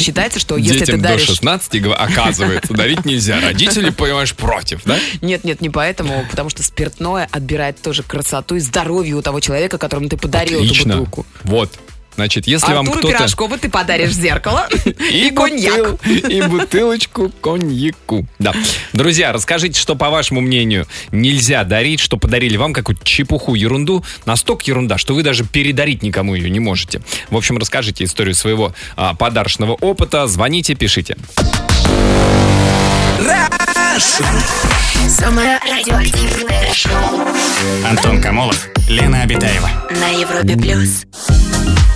D: Считается, что если ты
C: Ну, Детям до
D: даришь...
C: 16, гов- оказывается, дарить нельзя. Родители, понимаешь, против, да?
D: Нет, нет, не поэтому, потому что спиртное отбирает тоже красоту и здоровье у того человека, которому ты подарил эту
C: Отлично.
D: бутылку.
C: Вот. Значит, если вам
D: Артуру
C: кто-то...
D: Пирожкову ты подаришь зеркало и, коньяк.
C: бутыл- И бутылочку коньяку. Да. Друзья, расскажите, что, по вашему мнению, нельзя дарить, что подарили вам какую-то чепуху, ерунду, настолько ерунда, что вы даже передарить никому ее не можете. В общем, расскажите историю своего а, подарочного опыта, звоните, пишите.
A: Самое радиоактивное шоу
E: Антон Камолов, Лена Обитаева.
A: на Европе Плюс.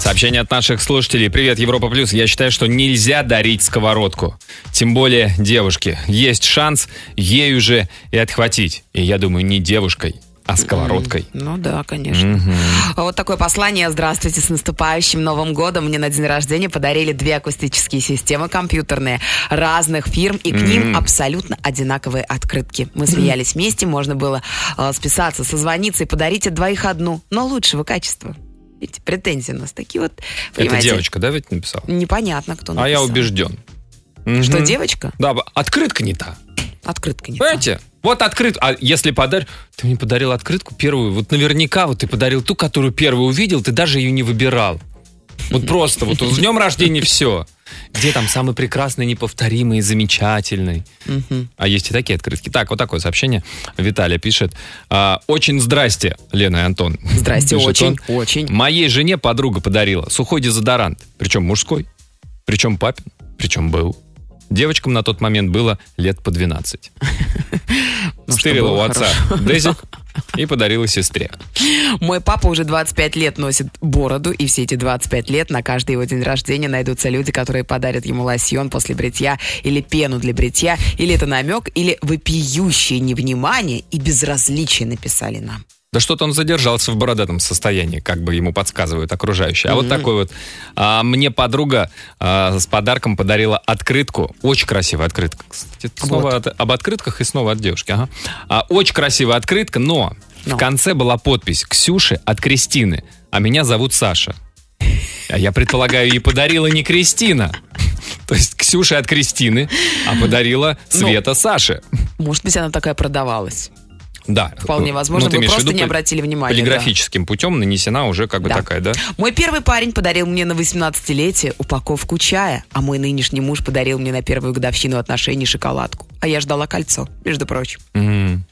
C: Сообщение от наших слушателей. Привет, Европа Плюс. Я считаю, что нельзя дарить сковородку. Тем более девушке. Есть шанс ею же и отхватить. И я думаю, не девушкой, а сковородкой.
D: Ну да, конечно. А Вот такое послание. Здравствуйте, с наступающим Новым годом. Мне на день рождения подарили две акустические системы компьютерные разных фирм, и к ним абсолютно одинаковые открытки. Мы смеялись вместе, можно было э, списаться, созвониться и подарить от двоих одну, но лучшего качества. Видите, претензии у нас такие вот.
C: Это
D: понимаете,
C: девочка, да, ведь написала?
D: Непонятно, кто
C: А я
D: написал.
C: убежден.
D: Что
C: Мгм.
D: девочка?
C: Да, б- открытка не та.
D: Открытка не та.
C: Понимаете? Вот открытка. А если подаришь... Ты мне подарил открытку первую. Вот наверняка вот ты подарил ту, которую первую увидел, ты даже ее не выбирал. Вот просто вот с днем рождения все. Где там самый прекрасный, неповторимый, замечательный?
D: Мгм.
C: А есть и такие открытки. Так, вот такое сообщение. Виталий пишет. а, очень здрасте, Лена и Антон.
D: Здрасте,
C: Пишет
D: очень,
C: он.
D: очень.
C: Моей жене подруга подарила сухой дезодорант, причем мужской, причем папин, причем был. Девочкам на тот момент было лет по 12.
D: Ну,
C: Стырила
D: что
C: у
D: было
C: отца дезик и подарила сестре.
D: Мой папа уже 25 лет носит бороду, и все эти 25 лет на каждый его день рождения найдутся люди, которые подарят ему лосьон после бритья или пену для бритья, или это намек, или вопиющее невнимание и безразличие написали нам.
C: Да что-то он задержался в бородатом состоянии, как бы ему подсказывают окружающие. А вот такой вот. А, мне подруга а, с подарком подарила открытку. Очень красивая открытка, кстати. Снова от- об открытках и снова от девушки. Ага. А, очень красивая открытка, но
D: Ну.
C: В конце была подпись «Ксюши от Кристины, а меня зовут Саша». А я предполагаю, ей подарила не Кристина. То есть Ксюша от Кристины, а подарила
D: Ну.
C: Света Саше.
D: Может быть, она такая продавалась.
C: Да.
D: Вполне
C: Ну,
D: возможно,
C: ты
D: мы
C: имеешь в
D: просто
C: виду
D: не
C: пол-
D: обратили внимания,
C: Полиграфическим путем нанесена уже как бы
D: Да.
C: такая, да?
D: Мой первый парень подарил мне на 18-летие упаковку чая, а мой нынешний муж подарил мне на первую годовщину отношений шоколадку. А я ждала кольцо, между прочим.
C: М.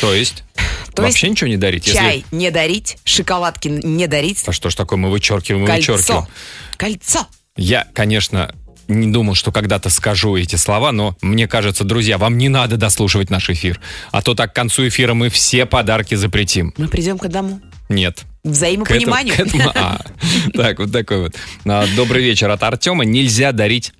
C: То есть?
D: То есть
C: Вообще ничего не дарить? если-
D: Чай не дарить, шоколадки не дарить,
C: А что ж такое, мы вычеркиваем и вычеркиваем.
D: кольцо. Кольцо.
C: Я, конечно, не думал, что когда-то скажу эти слова, но мне кажется, друзья, вам не надо дослушивать наш эфир. А то так к концу эфира мы все подарки запретим.
D: Мы придем к одному
C: Нет. К этому-
D: взаимопониманию.
C: к этому- а. Так, вот такой вот. А, Добрый вечер от Артема. Нельзя дарить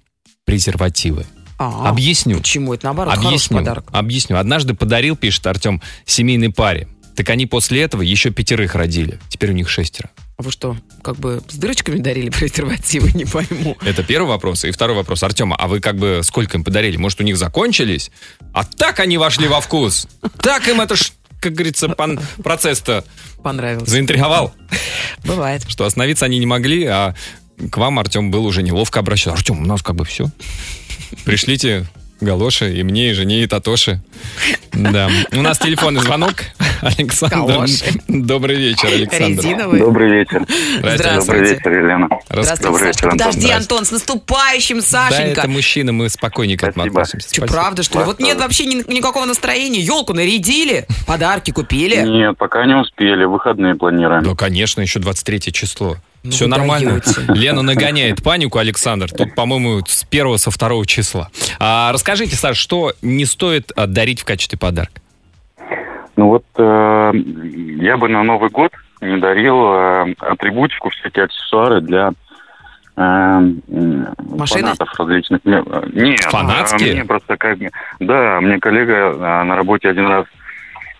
C: презервативы.
D: А,
C: Объясню.
D: Почему это наоборот? Хороший
C: Объясню.
D: подарок.
C: Объясню. Однажды подарил, пишет Артем, семейной паре. Так они после этого еще пятерых родили. Теперь у них шестеро.
D: А вы что, как бы с дырочками дарили презервативы, не пойму.
C: Это первый вопрос. И второй вопрос. Артема, а вы как бы сколько им подарили? Может, у них закончились? А так они вошли во вкус. Так им это, ж, как говорится, пан- процесс-то
D: Понравилось.
C: заинтриговал,
D: Бывает.
C: что остановиться они не могли, а к вам Артем был уже неловко обращен. Артем, у нас как бы все. Пришлите галоши и мне, и жене, и Татоше. Да. У нас телефонный звонок. Александр.
D: Галоши.
C: Добрый вечер, Александр.
D: Резиновые.
I: Добрый вечер.
C: Здравствуйте.
I: Добрый вечер, Елена.
C: Рас-
D: Здравствуйте,
I: Добрый
D: Сашка.
I: вечер, Антон.
D: Подожди,
C: Здрасте.
D: Антон, с наступающим,
C: Да,
D: Сашенька.
C: это мужчина, мы спокойненько к вам
I: Спасибо.
C: относимся.
D: Че,
C: Спасибо.
D: правда, что ли? Вот нет
I: Ладно.
D: вообще ни- никакого настроения. Елку нарядили, подарки купили.
I: Нет, пока не успели, выходные планируем.
C: Да, Ну, конечно, еще 23 число.
D: Ну
C: Все
D: вы
C: нормально.
D: даете.
C: Лена нагоняет панику, Александр. Тут, по-моему, с первого, со второго числа. А, расскажите, Саш, что не стоит а, дарить в качестве подарка?
I: Ну вот, э, я бы на Новый год не дарил э, атрибутику, всякие аксессуары для э, м,
D: Машины?
I: фанатов различных. Не, э, Нет,
C: Фанатские?
I: э, мне просто как... бы- Да, мне коллега э, на работе один раз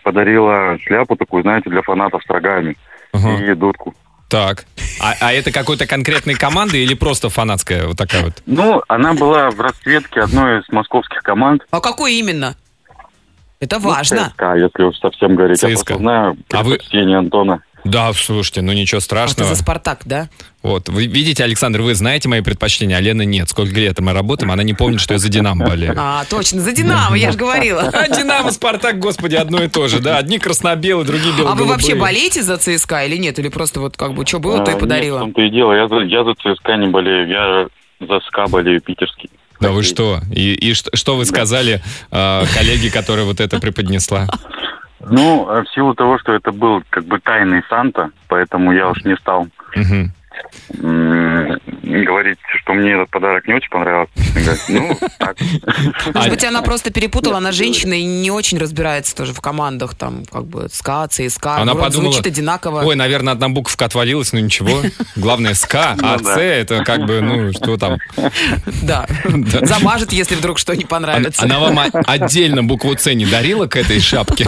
I: подарила шляпу такую, знаете, для фанатов с рогами
C: Ага.
I: и дудку.
C: Так. А, а это какой-то конкретной команды или просто фанатская вот такая вот?
I: Ну, она была в расцветке одной из московских команд.
D: А какой именно? Это важно.
I: ЦСКА, если уж совсем говорить. Я
C: ЦСКА.
I: просто знаю
C: А вы-
I: предпочтение Антона.
C: Да, слушайте, ну ничего
D: А ты
C: страшного.
D: за «Спартак», да?
C: Вот, вы видите, Александр, вы знаете мои предпочтения, а Лена нет. Сколько лет мы работаем, она не помнит, что я за Динамо болею.
D: А, точно, за «Динамо», я же говорила.
C: А Динамо, Спартак, господи, одно и то же, да? Одни красно-белые, другие белые
D: А вы вообще болеете за ЦСКА или нет? Или просто вот как бы что было, то
I: А,
D: и
I: нет, В
D: подарила?
I: том-то и дело. Я за, я за ЦСКА не болею. Я за СКА болею питерский.
C: Да вы что? И, и что, что вы сказали э, коллеге, которая вот это преподнесла?
I: Ну, а в силу того, что это был как бы тайный Санта, поэтому я уж не стал
C: Мгм.
I: м, говорить, что мне этот подарок не очень понравился. честно говоря. Ну, так.
C: А,
D: Может быть, она просто перепутала, она женщина и не очень разбирается тоже в командах, там, как бы, СКА, ЦСКА.
C: Она
D: Вроде
C: подумала,
D: Звучит одинаково.
C: Ой, наверное, одна буковка отвалилась, но ничего. Главное, СК, а
I: Ну да.
C: С это как бы, ну, что там.
D: Да.
C: Да.
D: Замажет, если вдруг что не
C: Она,
D: понравится.
C: она вам о- отдельно букву С не дарила к этой шапке?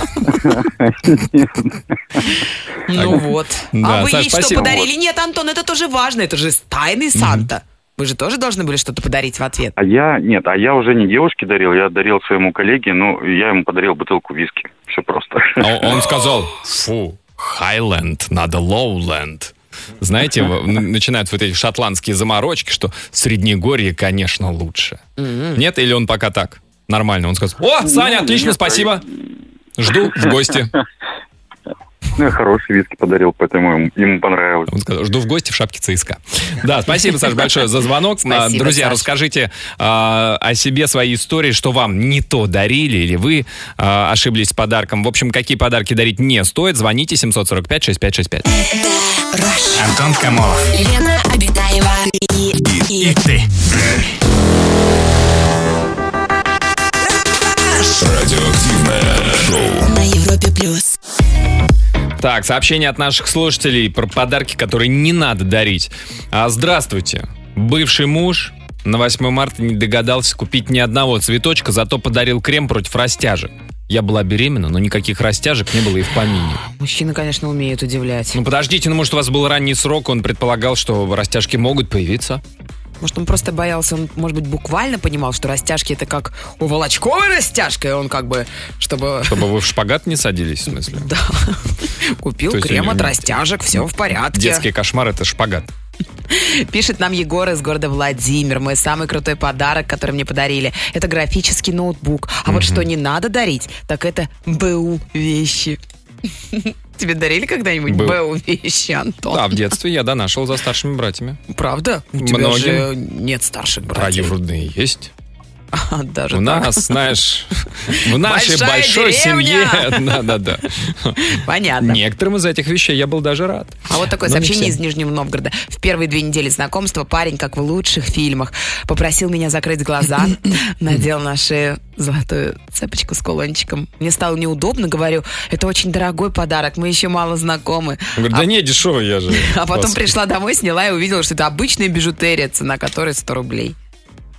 D: Ну вот.
C: Да,
D: А вы
C: Саш,
D: ей что
C: спасибо.
D: подарили? Нет, Антон, это тоже важно, это же тайный Санта. Вы же тоже должны были что-то подарить в ответ.
I: А я, нет, а я уже не девушке дарил, я дарил своему коллеге, ну, я ему подарил бутылку виски. Все просто.
C: А о- он сказал, фу, Хайленд, надо Лоуленд. Знаете, в- н- начинают вот эти шотландские заморочки, что Среднегорье, конечно, лучше. Нет, или он пока так? Нормально. Он сказал, о, Саня,
I: Ну,
C: отлично,
I: нет,
C: спасибо. Жду в гости.
I: Ну, я хороший виски подарил, поэтому ему- ему понравилось.
C: Он сказал, жду в гости в шапке ЦСКА. Да, спасибо, Саш, большое за звонок.
D: Спасибо,
C: А, Друзья,
D: Саш.
C: расскажите а, о себе, свои истории, что вам не то дарили, или вы а, ошиблись с подарком. В общем, какие подарки дарить не стоит, звоните 745-6565.
E: Антон Камолов.
A: Лена Обитаева и, и,
E: И ты.
G: Радиоактивное шоу.
A: на Европе плюс.
C: Так, сообщение от наших слушателей про подарки, которые не надо дарить. А, здравствуйте. Бывший муж на 8 марта не догадался купить ни одного цветочка, зато подарил крем против растяжек. Я была беременна, но никаких растяжек не было и в помине.
D: А Мужчины, конечно, умеют удивлять.
C: Ну подождите, ну может у вас был ранний срок, он предполагал, что растяжки могут появиться.
D: Может, он просто боялся, он, может быть, буквально понимал, что растяжки это как у Волочковой растяжка, и он как бы, чтобы...
C: Чтобы вы в шпагат не садились, в смысле?
D: Да. Купил
C: То есть
D: крем
C: у
D: от
C: него-
D: растяжек, все в порядке.
C: Детский кошмар это шпагат.
D: Пишет нам Егор из города Владимир. Мой самый крутой подарок, который мне подарили, это графический ноутбук. А вот что не надо дарить, так это БУ вещи. Тебе дарили когда-нибудь
C: Б.У.
D: БУ вещи, Антон?
C: Да, в детстве я донашивал за старшими братьями.
D: Правда? У тебя
C: Многим.
D: же нет старших братьев.
C: Троюродные есть.
D: А, даже
C: У
D: так.
C: нас, знаешь, в нашей
D: Большая
C: большой
D: деревня.
C: семье. Да-да-да.
D: Понятно.
C: Некоторым из этих вещей я был даже рад.
D: А вот такое
C: Но Ну, не
D: сообщение
C: всем.
D: из Нижнего Новгорода. В первые две недели знакомства парень, как в лучших фильмах, попросил меня закрыть глаза, надел на шею золотую цепочку с кулончиком. Мне стало неудобно, говорю, это очень дорогой подарок, мы еще мало знакомы.
C: Он говорит, да не, дешевый я же.
D: А потом
C: Господи.
D: пришла домой, сняла и увидела, что это обычная бижутерия, цена которой 100 рублей.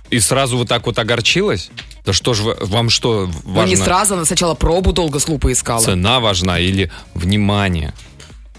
C: И сразу вот так вот огорчилась? Да что же, вы- вам что
D: Ну, не
C: важно?
D: сразу, она сначала пробу долго с лупой искала.
C: Цена важна или внимание?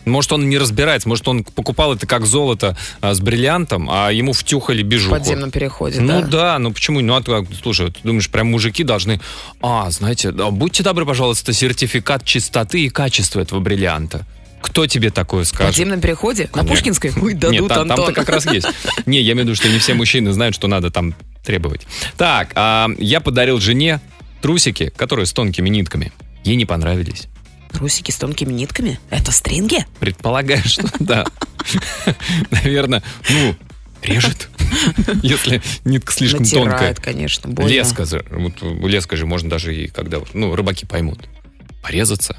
C: Может, он не разбирается, может, он покупал это как золото а, с бриллиантом, а ему втюхали
D: В
C: бижуку.
D: подземном переходе,
C: Ну
D: да.
C: да. ну почему? Ну, а ты как, слушай, ты думаешь, прям мужики должны... А, знаете, да, будьте добры, пожалуйста, сертификат чистоты и качества этого бриллианта. Кто тебе такое
D: В
C: скажет?
D: подземном переходе? На
C: Нет.
D: Пушкинской? Ой, дадут,
C: Нет, там,
D: Антон.
C: то как раз есть. Не, я имею в виду, что не все мужчины знают, что надо там требовать. Так, а, я подарил жене трусики, которые с тонкими нитками. Ей не понравились.
D: Трусики с тонкими нитками? Это стринги?
C: Предполагаю, что да. Наверное, ну, режет. Если нитка слишком
D: Натирает,
C: тонкая.
D: конечно, больно.
C: Леска, же, вот, леска же можно даже и когда, вот, ну, рыбаки поймут. Порезаться.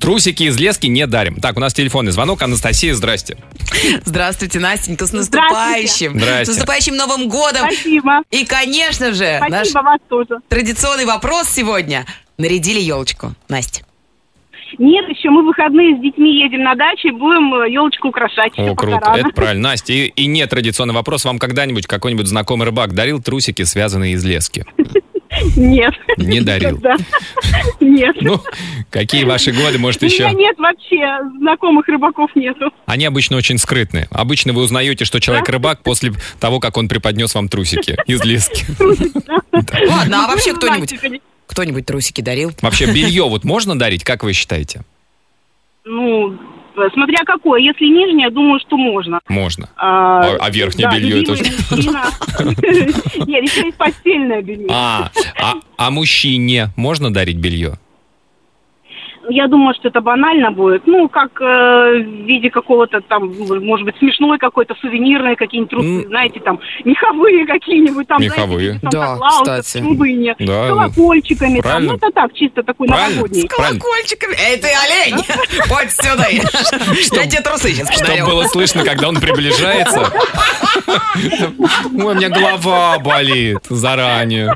C: Трусики из лески не дарим. Так, у нас телефонный звонок. Анастасия, здрасте.
D: Здравствуйте, Настенька, с наступающим.
C: Здрасте.
D: С наступающим Новым годом.
J: Спасибо.
D: И, конечно же, наш
J: Спасибо вас тоже.
D: традиционный вопрос сегодня. Нарядили елочку, Настя.
J: Нет, еще мы в выходные с детьми едем на даче, будем э, елочку украшать. Еще
C: О,
J: пока
C: круто.
J: рано.
C: Это правильно. Настя, и, и нетрадиционный вопрос. Вам когда-нибудь какой-нибудь знакомый рыбак дарил трусики, связанные из лески?
J: Нет.
C: Не дарил.
J: Да. Нет.
C: Ну, какие ваши годы, может,
J: У меня
C: еще...
J: нет вообще, знакомых рыбаков нету.
C: Они обычно очень скрытные. Обычно вы узнаете, что человек рыбак после того, как он преподнес вам трусики из лески.
D: Ладно, а вообще
J: Ну,
D: кто-нибудь,
J: знаете,
D: кто-нибудь трусики дарил?
C: Вообще, белье вот можно дарить, как вы считаете?
J: Ну, смотря какое. Если нижнее, думаю, что можно.
C: Можно.
J: А,
C: А- а верхнее белье это
J: любимый мужчина. Нет, еще есть постельное белье.
C: А, а, а мужчине можно дарить белье?
J: Я думаю, что это банально будет. Ну, как э, в виде какого-то там, может быть, смешной какой-то, сувенирной, какие-нибудь трусы,
C: Ну.
J: знаете, там, меховые какие-нибудь. Там,
C: Меховые.
J: Знаете, типа
D: Да,
J: Санта-Клауса,
D: кстати.
J: почему бы и нет.
C: Да, ну,
J: С колокольчиками. Там,
C: правильно.
J: ну, это так, чисто такой
C: Правильно.
J: новогодний.
C: Правильно.
D: Колокольчиками. Эй, ты олень! Подь сюда! Я тебе трусы сейчас
C: Чтоб
D: подарю.
C: было слышно, когда он приближается. Ой, у меня голова болит заранее.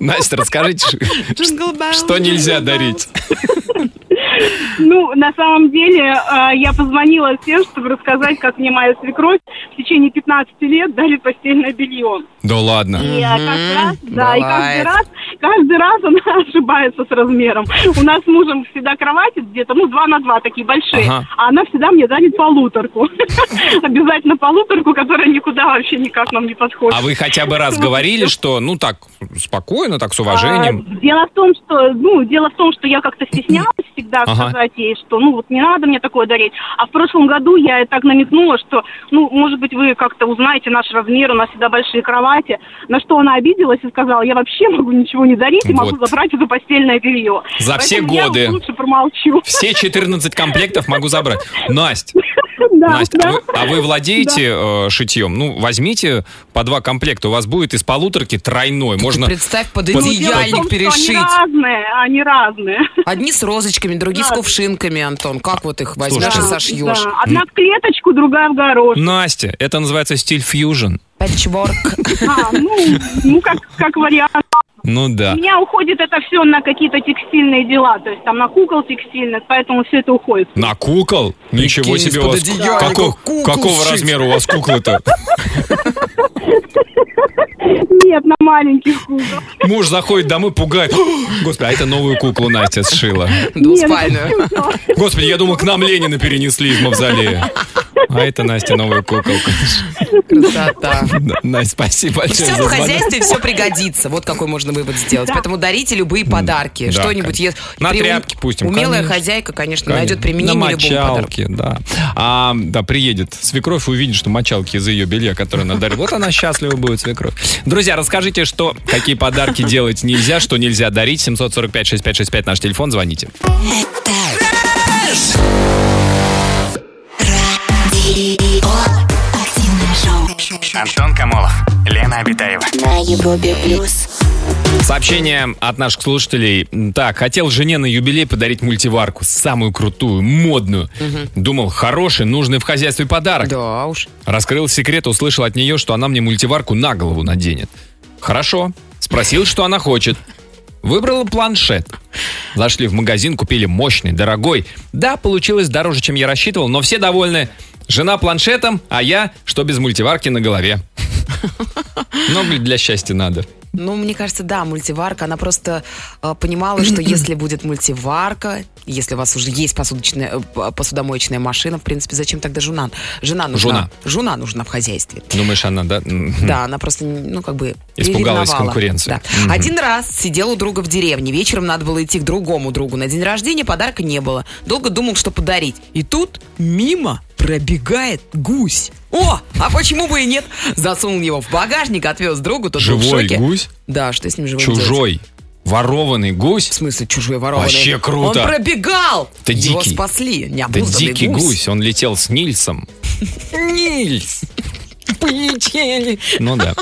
C: Настя, расскажите, что нельзя дарить?
J: Ну, на самом деле, э, я позвонила всем, чтобы рассказать, как мне моя свекровь в течение 15 лет дали постельное белье.
C: Да ладно.
J: И, э, каждый раз, да, и каждый
D: бывает.
J: раз, каждый раз она ошибается с размером. У нас с мужем всегда кровати где-то, ну, два на два такие большие,
C: Ага.
J: а она всегда мне дарит полуторку. Обязательно полуторку, которая никуда вообще никак нам не подходит.
C: А вы хотя бы раз говорили, что, ну так, спокойно, так, с уважением.
J: А, дело в том, что, ну, дело в том, что я как-то стеснялась всегда
C: Ага.
J: сказать ей, что, ну, вот не надо мне такое дарить. А в прошлом году я и так намекнула, что, ну, может быть, вы как-то узнаете наш размер, у нас всегда большие кровати. На что она обиделась и сказала, я вообще могу ничего не дарить и А, могу
C: Вот.
J: забрать это постельное белье.
C: За все
J: Поэтому я
C: годы.
J: лучше промолчу.
C: Все 14 комплектов могу забрать. Настя,
J: Да,
C: Настя,
J: да.
C: а вы, а вы владеете э, шитьем? Ну, возьмите по два комплекта. У вас будет из полуторки тройной. Можно
D: Представь,
C: Под-
D: под
J: Дело в том,
D: одеяльник
J: что они
D: перешить.
J: разные, они разные.
D: Одни с розочками, другие с
J: Да.
D: кувшинками, Антон. Как вот их возьмешь и
C: Слушайте.
D: сошьешь?
J: Да. Одна в клеточку, другая в горошек.
C: Настя, это называется стиль фьюжн.
D: Пэтчворк.
J: А, ну, ну как, как вариант.
C: Ну да.
J: У меня уходит это все на какие-то текстильные дела, то есть там на кукол текстильных, поэтому все это уходит.
C: На кукол? Ничего
D: Прикинь,
C: себе у
D: из-под
C: вас.
D: одеяльника
C: каков-
D: кукол
C: какого
D: сшить.
C: размера у вас куклы-то?
J: Нет, на маленьких кукол.
C: Муж заходит домой, пугает. «О, Господи, а это новую куклу Настя сшила.
J: Нет,
D: ну, Двуспальную.
J: это всё.
C: Господи, я думал, к нам Ленина перенесли из мавзолея. А это Настя новая куколка.
D: Красота.
C: Да, Настя, спасибо большое.
D: Все
C: за
D: в
C: звонок.
D: хозяйстве, все пригодится. Вот какой можно вывод сделать. Поэтому дарите любые подарки.
C: да,
D: Что-нибудь
C: конечно.
D: есть.
C: На
D: При ум-
C: тряпки пустим,
D: Умелая
C: конечно.
D: хозяйка, конечно,
C: Конечно.
D: найдет применение
C: На
D: любому подарку.
C: мочалке, да. А, да, приедет свекровь, увидит, что мочалки из ее белья, которое она дарит. Вот она счастлива будет, свекровь. Друзья, расскажите, что, какие подарки делать нельзя, что нельзя дарить. 745-6565 наш телефон, звоните.
A: Радио. Активное шоу.
K: Антон Камолов, Лена Обитаева.
A: На Европе плюс.
C: Сообщение от наших слушателей. Так, хотел жене на юбилей подарить мультиварку, самую крутую, модную. Думал, хороший, нужный в хозяйстве подарок.
D: Да уж.
C: Раскрыл секрет, услышал от нее, что она мне мультиварку на голову наденет. Хорошо. Спросил, что она хочет. Выбрала планшет. Зашли в магазин, купили мощный, дорогой. Да, получилось дороже, чем я рассчитывал, но все довольны. Жена планшетом, а я, что без мультиварки на голове. Но блин, для счастья надо.
D: Ну, мне кажется, да, мультиварка. Она просто э, понимала, что если будет мультиварка, если у вас уже есть посудочная, э, п- посудомоечная машина, в принципе, зачем тогда жена? Жена нужна.
C: Жена.
D: Жена нужна в хозяйстве.
C: Думаешь, она, да? М.
D: Да, она просто, ну, как бы...
C: Хм. Испугалась
D: приревновала.
C: конкуренции.
D: Да.
C: Мгм.
D: Один раз сидела у друга в деревне. Вечером надо было идти к другому другу. На день рождения подарка не было. Долго думал, что подарить. И тут мимо пробегает гусь. О, а почему бы и нет? Засунул его в багажник, отвез другу, тот был в
C: Живой
D: шоке.
C: гусь?
D: Да, что с ним живым делать?
C: Чужой. Ворованный
D: В
C: гусь?
D: смысле чужой ворованный?
C: Вообще круто.
D: Он пробегал!
C: Ты
D: Его
C: дикий.
D: спасли.
C: Да
D: Необузданный
C: дикий
D: гусь.
C: гусь, он летел с Нильсом. Нильс!
D: Полетели.
C: Ну да.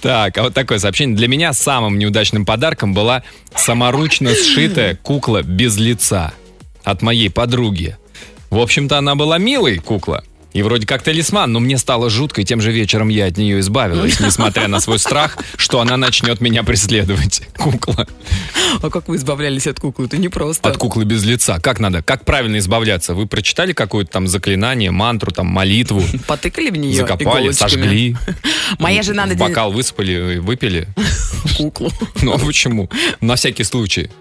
C: Так, а вот такое сообщение. Для меня самым неудачным подарком была саморучно сшитая кукла без лица от моей подруги. В общем-то, она была милой кукла. И вроде как талисман, но мне стало жутко, и тем же вечером я от нее избавилась, несмотря на свой страх, что она начнет меня преследовать. Кукла.
D: А как вы избавлялись от куклы? Это непросто.
C: От куклы без лица. Как надо? Как правильно избавляться? Вы прочитали какое-то там заклинание, мантру, там молитву?
D: Потыкали в нее
C: Закопали,
D: иголочками?
C: сожгли.
D: Моя жена на
C: в
D: день
C: бокал высыпали, и выпили.
D: куклу.
C: Ну а почему? На всякий случай,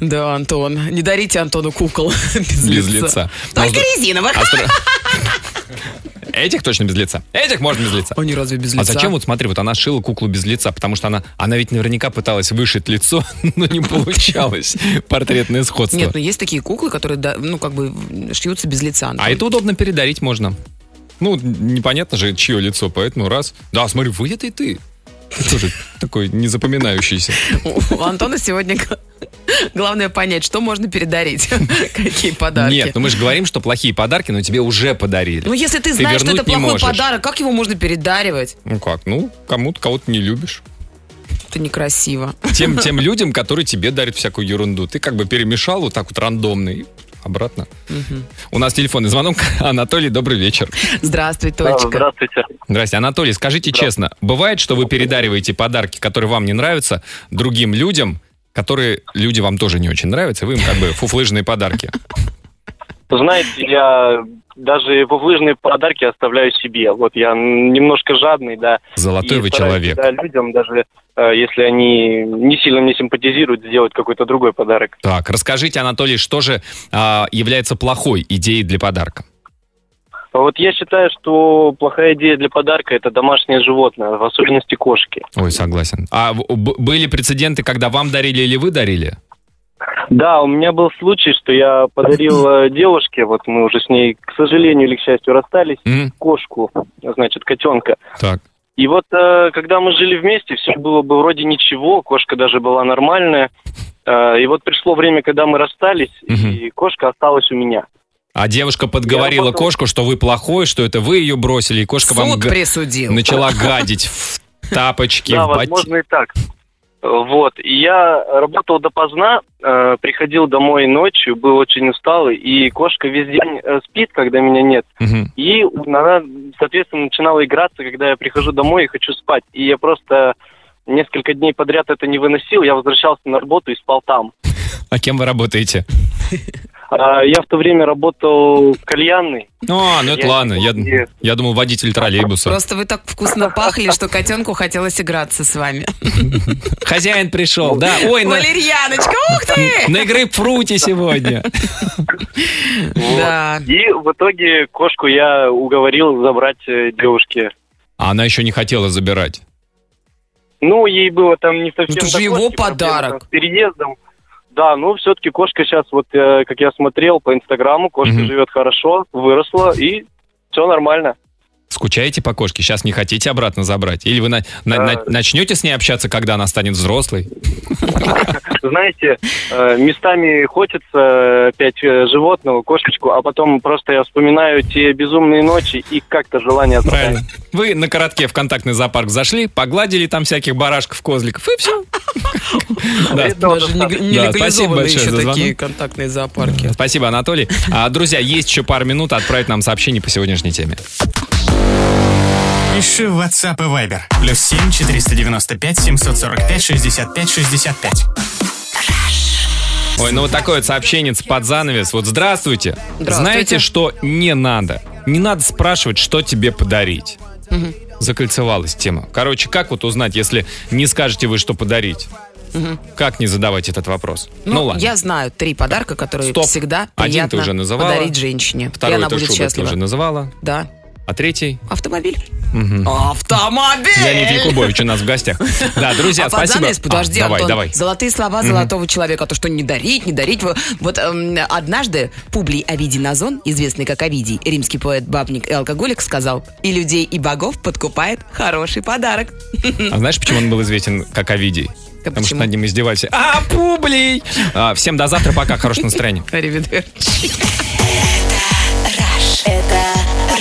D: Да, Антон. Не дарите Антону кукол без,
C: без лица. Но с
D: Только
C: дру-
D: резиновых.
C: а с дру- Этих точно без лица. Этих можно без лица.
D: Они разве без лица?
C: А зачем вот смотри, вот она шила куклу без лица, потому что она, она ведь наверняка пыталась вышить лицо, но не получалось портретное сходство.
D: Нет, ну есть такие куклы, которые, да, ну, как бы м, шьются без лица. Антон.
C: А это удобно передарить можно. Ну, непонятно же, чье лицо, поэтому раз. Да, смотри, вы это и ты. Тоже такой незапоминающийся.
D: У Антона сегодня г- главное понять, что можно передарить, какие подарки.
C: Нет, ну мы же говорим, что плохие подарки, но тебе уже подарили.
D: Ну, если ты знаешь, что
C: вернуть
D: это
C: не
D: плохой
C: можешь.
D: подарок, как его можно передаривать?
C: Ну как, ну, кому-то кого-то не любишь.
D: Это некрасиво.
C: Тем, тем людям, которые тебе дарят всякую ерунду. Ты как бы перемешал вот так вот рандомно и обратно. У нас телефонный звонок. Анатолий, добрый вечер.
D: Здравствуй,
L: Да,
D: Толечка.
L: Здравствуйте.
C: Здрасте. Анатолий, скажите честно, бывает, что вы передариваете подарки, которые вам не нравятся, другим людям, которые люди вам тоже не очень нравятся, и вы им как бы фуфлыжные подарки.
L: Знаете, я даже пуфлыжные подарки оставляю себе. Вот я немножко жадный, да.
C: Золотой
L: И
C: вы
L: стараюсь,
C: человек.
L: Да, людям даже, э, если они не сильно мне симпатизируют, сделать какой-то другой подарок.
C: Так, расскажите, Анатолий, что же а, является плохой идеей для подарка?
L: А Вот я считаю, что плохая идея для подарка – это домашнее животное, в особенности кошки.
C: Ой, согласен. А в- б- были прецеденты, когда вам дарили или вы дарили?
L: Да, у меня был случай, что я подарил э, девушке, вот мы уже с ней, к сожалению или к счастью, расстались,
C: М,
L: кошку, значит, котенка.
C: Так.
L: И вот э, когда мы жили вместе, все было бы вроде ничего, кошка даже была нормальная. Э, и вот пришло время, когда мы расстались,
C: Мгм.
L: и кошка осталась у меня.
C: А девушка подговорила
L: потом-
C: кошку, что вы плохой, что это вы ее бросили, и кошка вам
D: Суд
C: га-
D: присудил.
C: начала гадить в тапочки,
L: да,
C: в бот-
L: возможно и так. Вот, и я работал допоздна, э, приходил домой ночью, был очень усталый, и кошка весь день э, спит, когда меня нет.
C: Мгм.
L: И она, соответственно, начинала играться, когда я прихожу домой и хочу спать. И я просто несколько дней подряд это не выносил, я возвращался на работу и спал там.
C: А кем вы работаете?
L: А, Я в то время работал в кальянной.
C: А, ну это
L: Я-
C: ладно. Я, я думал, водитель троллейбуса.
D: Просто вы так вкусно пахли, что котенку хотелось играться с вами.
C: Хозяин пришел, да. Ой, на,
D: Валерьяночка, ух ты!
C: на грейпфруте сегодня.
L: Вот.
D: Да.
L: И в итоге кошку я уговорил забрать э, девушке.
C: А она еще не хотела забирать.
L: Ну, ей было там не совсем...
D: Ну, Это
L: до
D: же его
L: кошки, проблема
D: подарок.
L: там С переездом. Да, ну все-таки кошка сейчас, вот э, как я смотрел по Инстаграму, кошка
C: Мгм.
L: живет хорошо, выросла и все нормально.
C: Скучаете по кошке? Сейчас не хотите обратно забрать? Или вы на- на- на- начнете с ней общаться, когда она станет взрослой?
L: Знаете, э, местами хочется опять э, животного, кошечку, а потом просто я вспоминаю те безумные ночи и как-то желание отпадает.
C: Правильно. Вы на коротке в контактный зоопарк зашли, погладили там всяких барашков, козликов, и все.
D: Даже не, не
C: Да, спасибо
D: легализованы
C: большое
D: еще
C: за звонок.
D: такие контактные зоопарки.
C: Спасибо, Анатолий. А, Друзья, есть еще пару минут отправить нам сообщение по сегодняшней теме.
E: Пиши в WhatsApp и Viber. Плюс 7 495 745 65 65.
C: Ой, ну вот такое вот сообщение под занавес. Вот здравствуйте.
D: Здравствуйте.
C: Знаете, что не надо? Не надо спрашивать, что тебе подарить.
D: Мгм.
C: Закольцевалась тема. Короче, как вот узнать, если не скажете вы, что подарить?
D: Мгм.
C: Как не задавать этот вопрос?
D: Ну,
C: ладно.
D: я знаю три подарка, которые
C: Стоп.
D: всегда
C: Один ты
D: приятно
C: уже называла.
D: подарить женщине. и
C: Второй
D: она
C: эту
D: будет
C: шубу ты
D: счастлива.
C: уже называла.
D: Да.
C: А третий?
D: Автомобиль.
C: Мгм.
D: Автомобиль!
C: Леонид Якубович у нас в гостях. Да, друзья,
D: а под
C: спасибо.
D: занавес, подожди,
C: А, давай,
D: Антон,
C: давай.
D: золотые слова золотого человека, то, что не дарить, не дарить. Во- Вот эм, однажды Публий Овидий Назон, известный как Овидий, римский поэт, бабник и алкоголик, сказал, и людей, и богов подкупает хороший подарок.
C: А знаешь, почему он был известен как Овидий?
D: Да
C: Потому что
D: почему?
C: над ним издевались. А, Публий! А, всем до завтра, пока, хорошего настроения.
D: Аривидерчи.
A: Это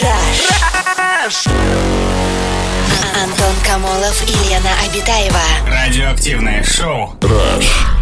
A: Rush. А- Антон Камолов и Лена Обитаева.
E: Радиоактивное шоу.
G: Rush.